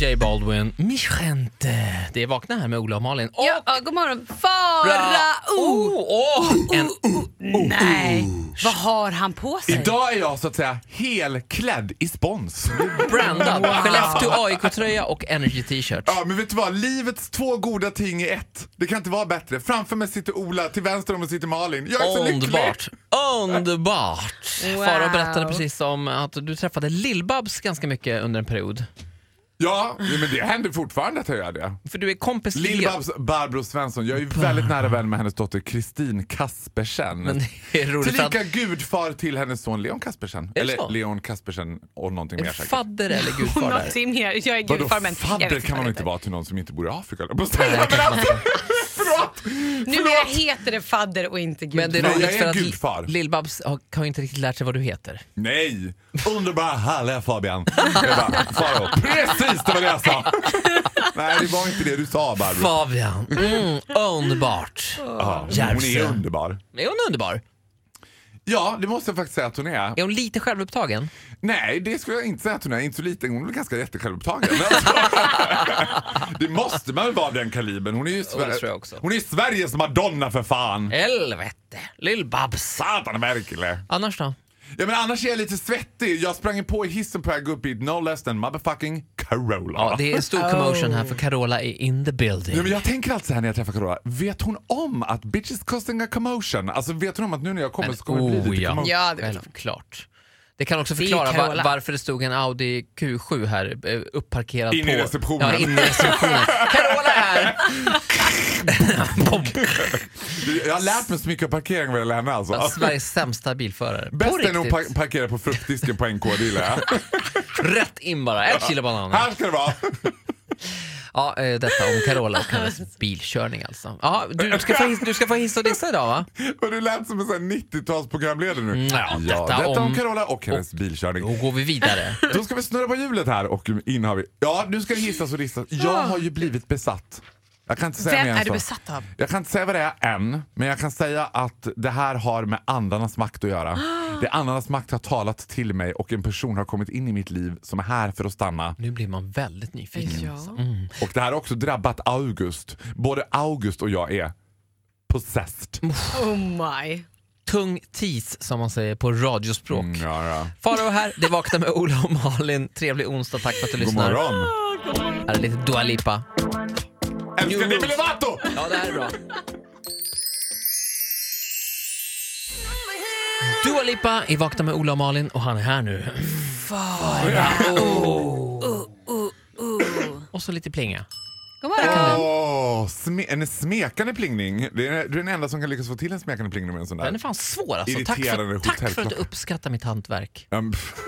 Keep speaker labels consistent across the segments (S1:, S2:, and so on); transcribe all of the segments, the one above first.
S1: J Baldwin, Mi gente. Det är Vakna här med Ola och Malin. Och
S2: Ja, ja, god morgon. Farao!
S1: Oh, oh, en,
S2: Nej, Oh. vad har han på sig?
S3: Idag är jag så att säga helklädd i spons.
S1: brandad Skellefteå AIK-tröja och Energy t-shirt.
S3: Ja, men vet du vad? Livets två goda ting i ett. Det kan inte vara bättre. Framför mig sitter Ola, till vänster om mig sitter Malin. Jag är så lycklig.
S1: Underbart! Underbart!
S2: Wow.
S1: Farao berättade precis om att du träffade Lill-Babs ganska mycket under en period.
S3: Ja, men det händer fortfarande att jag gör det.
S1: För du är kompis till
S3: Lill-Babs Barbro Svensson. Jag är ju väldigt nära vän med hennes dotter Kristin Kaspersen.
S1: Men det är roligt att...
S3: Tillika gudfar till hennes son Leon Kaspersen.
S1: det
S3: Eller
S1: så?
S3: Leon Kaspersen och någonting mer säkert.
S1: Fadder eller gudfar där.
S2: Någonting mer. Jag är
S3: Vadå
S2: gudfar men... jag
S3: fadder
S2: vet
S3: kan man
S2: vad
S3: väl
S2: det
S3: inte
S2: är.
S3: vara till någon som inte bor i Afrika? Jag måste säga, men alltså, förlåt!
S2: Numera heter det fadder och inte gudfar.
S1: Men det är
S3: Nej,
S1: roligt
S3: jag är
S1: för
S3: en
S1: att
S3: gudfar.
S1: Li- Lill-Babs har, har ju inte riktigt lärt sig vad du heter.
S3: Nej! Underbara, härliga Fabian. Jag bara, Faro, precis det var det jag sa! Nej, det var inte det du sa Barbro.
S1: Fabian. Mm, underbart.
S3: Ja, hon
S1: Järvsö.
S3: är underbar.
S1: Är hon underbar?
S3: Ja, det måste jag faktiskt säga att hon är.
S1: Är hon lite självupptagen?
S3: Nej, det skulle jag inte säga att hon är. Inte så liten. Hon är väl ganska jättesjälvupptagen. Men alltså, det måste man väl vara av den kalibern. Hon är ju
S1: det tror jag också.
S3: Sver- hon är Sveriges Madonna för fan!
S1: Helvete! Lill-Babs.
S3: Satan verkligen!
S1: Annars då?
S3: Ja, men annars är jag lite svettig. Jag sprang på i hissen på väg upp hit no less than motherfucking Carola.
S1: Ja, det är stor commotion här för Carola är in the building.
S3: Ja, men jag tänker alltid så här när jag träffar Carola. Vet hon om att bitches causing a commotion? Alltså vet hon om att nu när jag kommer så kommer det bli lite
S1: oh, ja.
S3: commotion?
S2: Ja, det vet
S1: Självklart. Det kan också
S2: Det är
S1: förklara var,
S2: Carola.
S1: varför det stod en Audi Q7 här eh, uppparkerad
S3: In
S1: på...
S3: i receptionen.
S1: Ja, in i receptionen. Carola är här! Pop.
S3: Jag har lärt mig så mycket av parkering vad gäller henne alltså.
S1: Sveriges sämsta bilförare. på
S3: Bäst är nog
S1: riktigt.
S3: pa- parkera på fruktdisken på NK, det gillar jag.
S1: Rätt in bara, ett kilo bananer.
S3: Här ska det vara.
S1: Ja, eh, detta om Carola och hennes bilkörning alltså. Ja, du ska få, his- du ska få hissa och dissa idag va?
S3: Och du lät som en sån här 90-talsprogramledare nu.
S1: ja, detta
S3: detta om
S1: om-
S3: Carola och hennes bilkörning.
S1: Då går vi vidare.
S3: Då ska vi snurra på hjulet här och in har vi... Ja, nu ska det hissas och dissas. Jag har ju blivit besatt. Jag kan inte säga
S2: Vem
S3: mer än
S2: är du
S3: så.
S2: besatt av?
S3: Jag kan inte säga vad det är än, men jag kan säga att det här har med andarnas makt att göra. Det är andarnas makt har talat till mig och en person har kommit in i mitt liv som är här för att stanna.
S1: Nu blir man väldigt nyfiken.
S3: Mm.
S2: Mm.
S3: Och det här har också drabbat August. Både August och jag är possessed.
S2: Oh my.
S1: Tung tis som man säger på radiospråk.
S3: Mm, ja, ja.
S1: Farao här, det vaknar med Ola och Malin. Trevlig onsdag, tack för att du
S3: God
S1: lyssnar.
S3: morgon.
S1: Här är lite Dua Lipa.
S3: Älskar Demi Lovato!
S1: Ja, det här är bra. Dua Lipa i Vakna med Ola och Malin och han är här nu. Och så lite plinga.
S2: God morgon.
S3: Åh, sme en smekande plingning. Det är, du är den enda som kan lyckas få till en smekande plingning med en sån där.
S1: Den är fan svår alltså. Tack för,
S3: Irriterande
S1: tack för att du
S3: hotellklocka.
S1: uppskattar mitt hantverk.
S3: Ja, men pff,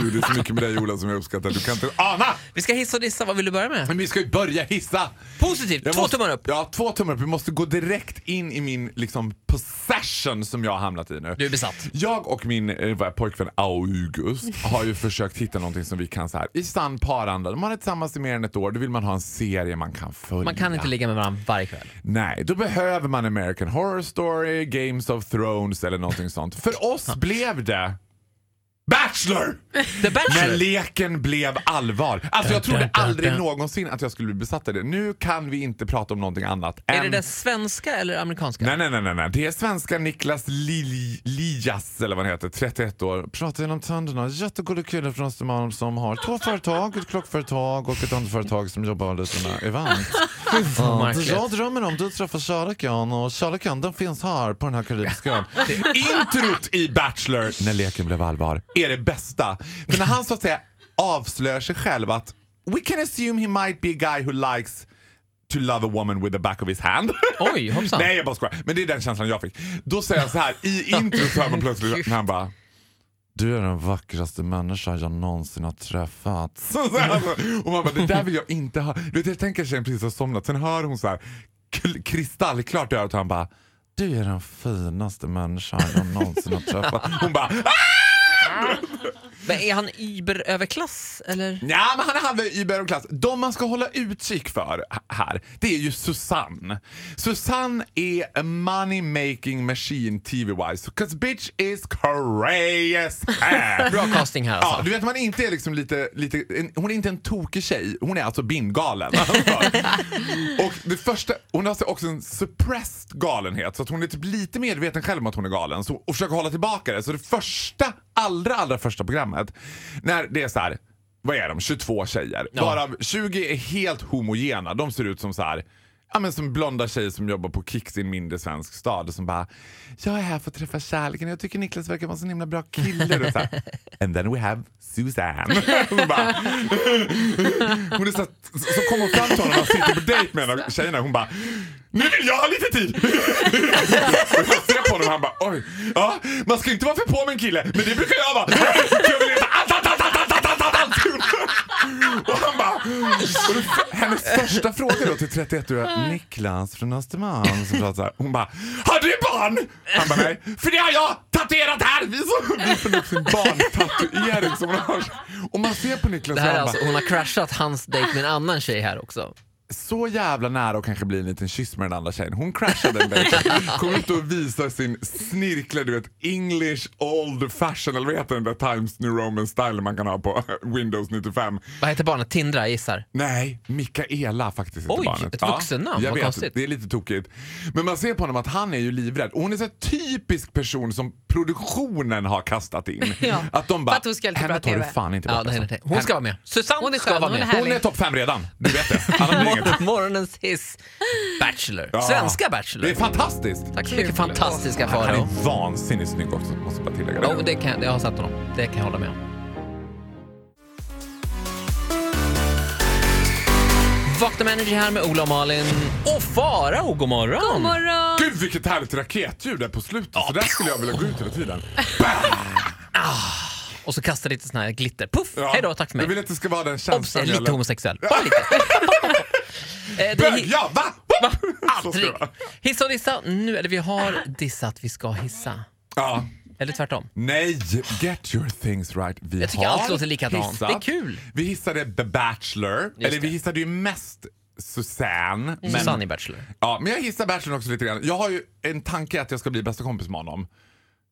S3: du, det är så mycket med dig Ola som jag uppskattar. Du kan inte ana!
S1: Vi ska hissa och dissa, vad vill du börja med?
S3: Men vi ska ju börja hissa!
S1: Positivt,
S3: Jag
S1: två
S3: måste-
S1: tummar upp.
S3: Ja, två tummar upp. Vi måste gå direkt in i min liksom, possession som jag har hamnat i nu.
S1: Du är besatt.
S3: Jag och min eh, vad är pojkvän August har ju försökt hitta någonting som vi kan så här i sann paranda. Om man är tillsammans i mer än ett år, då vill man ha en serie man kan följa.
S1: Man kan inte ligga med varandra varje kväll.
S3: Nej, då behöver man American Horror Story, Games of Thrones eller någonting sånt. För oss blev det Bachelor!
S1: The
S3: När
S1: Bachelor!
S3: leken blev allvar. Alltså jag
S1: Dun,
S3: trodde
S1: dun, dun,
S3: aldrig
S1: dun.
S3: någonsin att jag skulle bli besatt av det. Nu kan vi inte prata om någonting annat
S1: Är det
S3: än-
S1: den svenska eller amerikanska?
S3: Nej, nej, nej, nej, nej. Det är svenska Niklas Lil- Lias, eller vad han heter, 31 år. Pratar genom tänderna. Jättegoda kille från Östermalm som har två företag, ett klockföretag och ett annat företag som jobbar med sina event.
S1: vad
S3: Ja,
S1: märkligt.
S3: det Alltså, jag drömmer om du träffar kärleken och kärleken den finns här på den här karibiska ön. Introt i Bachelor, när leken blev allvar, är det bästa. För när han så att säga avslöjar sig själv att we can assume he might be a guy who likes to love a woman with the back of his hand.
S1: Oj, hoppsan.
S3: Nej, jag bara skojar. Men det är den känslan jag fick. Då säger han så här i introt så hör man plötsligt när han bara du är den vackraste människan jag någonsin har träffat. Så så här, och man bara, det där vill jag inte ha. Du vet, jag tänker tjejen precis har somnat, sen hör hon så här kl- kristallklart i örat och han bara, du är den finaste människan jag någonsin har träffat. Hon bara, "Ah!"
S1: Men är han überöverklass eller?
S3: Ja, men han hade i Bergenklass. De man ska hålla utkik för h- här, det är ju Susanne. Susanne är a money making machine TV-wise. Cause bitch is crazy.
S1: Bra casting här
S3: Ja,
S1: alltså.
S3: du vet man inte är liksom lite, lite en, hon är inte en tokig tjej, hon är alltså bindgalen. Alltså. och det första, hon har alltså också en suppressed galenhet så att hon är typ lite medveten själv om att hon är galen så, och försöker hålla tillbaka det. Så det första, allra allra första programmet, när det är så här, vad är de, 22 tjejer,
S1: Ja.
S3: varav 20 är helt homogena. De ser ut som så här Ja, men som blonda tjejer som jobbar på Kicks i en mindre svensk stad som bara “Jag är här för att träffa kärleken, jag tycker Niklas verkar vara en så himla bra kille” och så här, “And then we have Susanne”. Hon, bara, hon är så, så, så kommer hon fram till honom när han sitter på dejt med en av tjejerna hon bara “Nu vill jag ha lite tid!” Och jag ser på honom och han bara “Oj, ja, man ska inte vara för på med en kille, men det brukar jag vara, för jag vill veta allt, allt, allt, allt, allt, allt, allt, allt!” Och han bara... Och det- hennes första fråga då till 31-åriga Niklas från Östermalm som pratar så här. Hon bara “Har du barn?” Han bara “Nej, för det har jag tatuerat här!” Vi så- vi får upp sin barntatuering som hon har. Och man ser på Niklas
S1: Det
S3: och
S1: här är
S3: han
S1: alltså,
S3: bara,
S1: hon har crashat hans dejt med en annan tjej här också.
S3: så jävla nära och kanske bli en liten kyss med den andra tjejen. Hon crashade den dejten. Kommer ut och visar sin snirkla, du vet, English old fashion, eller vad heter den där Times New Roman style man kan ha på Windows 95.
S1: Vad heter barnet? Tindra, jag gissar.
S3: Nej, Mikaela faktiskt inte
S1: Oj,
S3: barnet.
S1: ett vuxennamn,
S3: jag
S1: vad
S3: vet,
S1: konstigt.
S3: Det är lite tokigt. Men man ser på honom att han är ju livrädd. Och hon är en typisk person som produktionen har kastat in.
S2: Ja,
S3: Att de
S2: för
S3: bara,
S2: att hon ska göra lite bra
S3: henne tar du
S2: TV."
S3: fan inte bort.
S1: Ja, det
S3: alltså.
S1: händer. Hon ska vara med. Susanne
S2: Hon är
S1: ska
S2: skön,
S1: vara
S2: hon är
S1: med.
S2: härlig.
S3: Hon är topp fem redan, du vet det. Annars blir det inget.
S1: Morgonens hiss. Bachelor.
S3: Ja.
S1: Svenska
S3: Det är
S1: Bachelor.
S3: fantastiskt.
S1: Tack så mycket,
S2: Kul.
S1: fantastiska
S3: Han
S1: Farao.
S3: är vansinnigt snygg också, måste jag bara tillägga det.
S1: Ja, det kan, jag har sett honom. Det kan jag hålla med om. Vakna med Energy här med Ola och Malin. Och Farao, god morgon!
S2: God morgon!
S3: Gud vilket härligt raketljud där på slutet. Så där skulle jag vilja gå ut hela tiden.
S1: Och så kastar lite sån här glitter. Puff!
S3: Ja.
S1: Hej då, tack för
S3: Jag vill
S1: mig.
S3: att det ska vara den
S1: Obs!
S3: känslan.
S1: eh, Lite
S3: jag lät-
S1: homosexuell. Bara lite. Eh, det är
S3: Bög,
S1: hi-
S3: ja, va?
S1: Va?
S3: Så ska det
S1: Aldrig!
S3: vara.
S1: Hissa och dissa. Nu, eller vi har dissat, vi ska hissa.
S3: Ja.
S1: Eller tvärtom.
S3: Nej, get your things right. Vi
S1: Jag tycker
S3: har
S1: allt låter likadant.
S3: hissat.
S1: Det är kul.
S3: Vi hissade The Bachelor, eller vi
S1: det.
S3: hissade ju mest Susanne. Men,
S1: Susanne i Bachelor.
S3: Ja, men jag hissar Bachelor också lite grann. Jag har ju en tanke att jag ska bli bästa kompis med honom.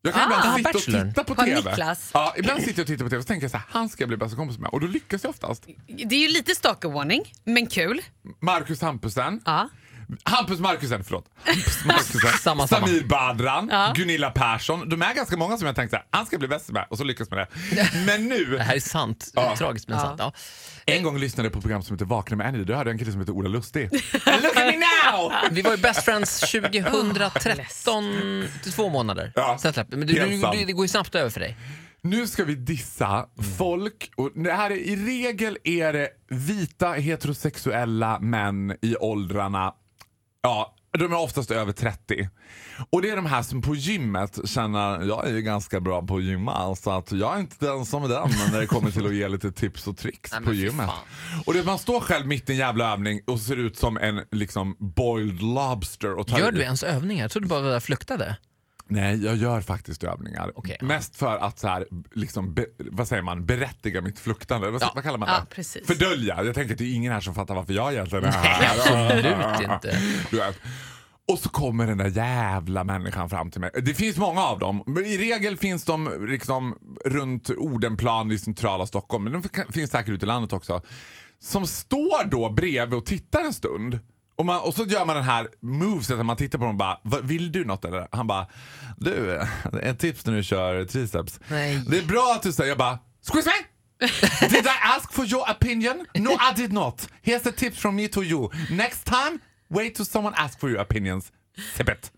S3: Jag kan
S1: Ah,
S3: ibland sitta
S1: Bachelorn.
S3: och titta på
S2: Har
S3: TV.
S2: Niklas?
S3: Ja, ibland sitter jag och tittar på TV och så tänker jag så här, han ska jag bli bästa kompis med. Och då lyckas jag oftast.
S2: Det är ju lite stalker-warning, men kul.
S3: Marcus Hampusen.
S1: Ah.
S2: Ja.
S3: Hampus Markusen, förlåt. Hampus Markusen.
S1: Samma, samma. Ah.
S3: Samir Badran,
S2: Ja.
S3: Gunilla Persson. De är ganska många som jag tänkte så här, han ska bli bäst med och så lyckas med det. Men nu,
S1: Det här är sant.
S3: Ja.
S1: Tragiskt men
S2: Ja.
S1: sant. Ja.
S3: en gång lyssnade jag på ett program som heter Vakna med Annie. Då hörde jag en kille som heter Ola Lustig. And look at me now!
S1: Vi var ju best friends 2013, till två månader.
S3: Ja.
S1: Sen släppte Men du, du,
S3: Ensam.
S1: du, det går ju snabbt över för dig.
S3: Nu ska vi dissa
S1: Mm.
S3: folk. Och det här är, I regel är det vita heterosexuella män i åldrarna, ja, de är oftast över 30. Och det är de här som på gymmet känner, jag är ju ganska bra på att gymma så att jag är inte den som är den när det kommer till att ge lite tips och tricks
S1: Nej, men
S3: på
S1: fy
S3: gymmet.
S1: fan.
S3: Och det, man står själv mitt i en jävla övning och ser ut som en liksom boiled lobster och tar
S1: Gör
S3: i.
S1: du ens övningar? Jag trodde du bara var där och fluktade.
S3: Nej, jag gör faktiskt övningar.
S1: Okej, ja.
S3: Mest för att så här, liksom, be, vad säger man, berättiga mitt fluktande. Vad, vad kallar man det?
S2: Ja, precis.
S3: Fördölja. Jag tänker att det är ingen här som fattar varför jag egentligen är
S1: Nej,
S3: här.
S1: absolut inte.
S3: Du vet. Och så kommer den där jävla människan fram till mig. Det finns många av dem. Men I regel finns de liksom runt Odenplan i centrala Stockholm. Men de kan- finns säkert ute i landet också. Som står då bredvid och tittar en stund. Och, man, och så gör man den här moveset när man tittar på dem och bara "Vad, Vill du något eller? Han bara Du, ett tips när du kör triceps.
S1: Nej.
S3: Det är bra att du säger. Jag bara Squeeze me! Did I ask for your opinion? No, I did not. Here's a tip from me to you. Next time, wait till someone asks for your opinions. Zip it.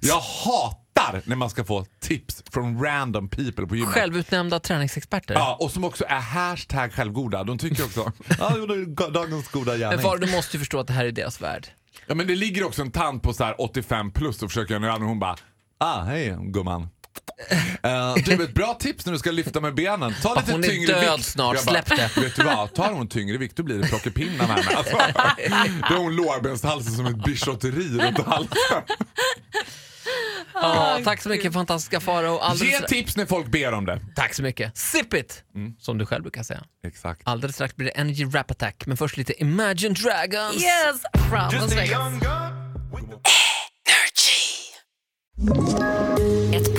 S3: Jag hatar när man ska få tips från random people på gymmet.
S1: Självutnämnda träningsexperter.
S3: Ja, och som också är hashtag självgoda. De tycker också, ja, ah, gjorde dagens goda gärning.
S1: Men far, du måste ju förstå att det här är deras värld.
S3: Ja, men det ligger också en tant på så här 85 plus och försöker göra en övning och hon bara Ah, hej gumman. Eh, du, ett bra tips när du ska lyfta med benen. Ta lite
S1: hon är
S3: tyngre
S1: död
S3: vikt.
S1: snart,
S3: Jag bara,
S1: släpp det.
S3: Vet du vad, tar hon tyngre vikt då blir det plockepinnar med henne. Alltså, då har hon lårbenshalsen som ett bichotteri runt halsen.
S1: Ja, tack så mycket fantastiska Farao. Alldeles...
S3: Ge Mm. tips när folk ber om det.
S1: Tack så mycket. Sip it! Som du själv brukar säga.
S3: Exakt.
S1: Alldeles strax blir det Energy Rap Attack, men först lite Imagine Dragons.
S2: Yes, from Las Vegas.
S4: Ett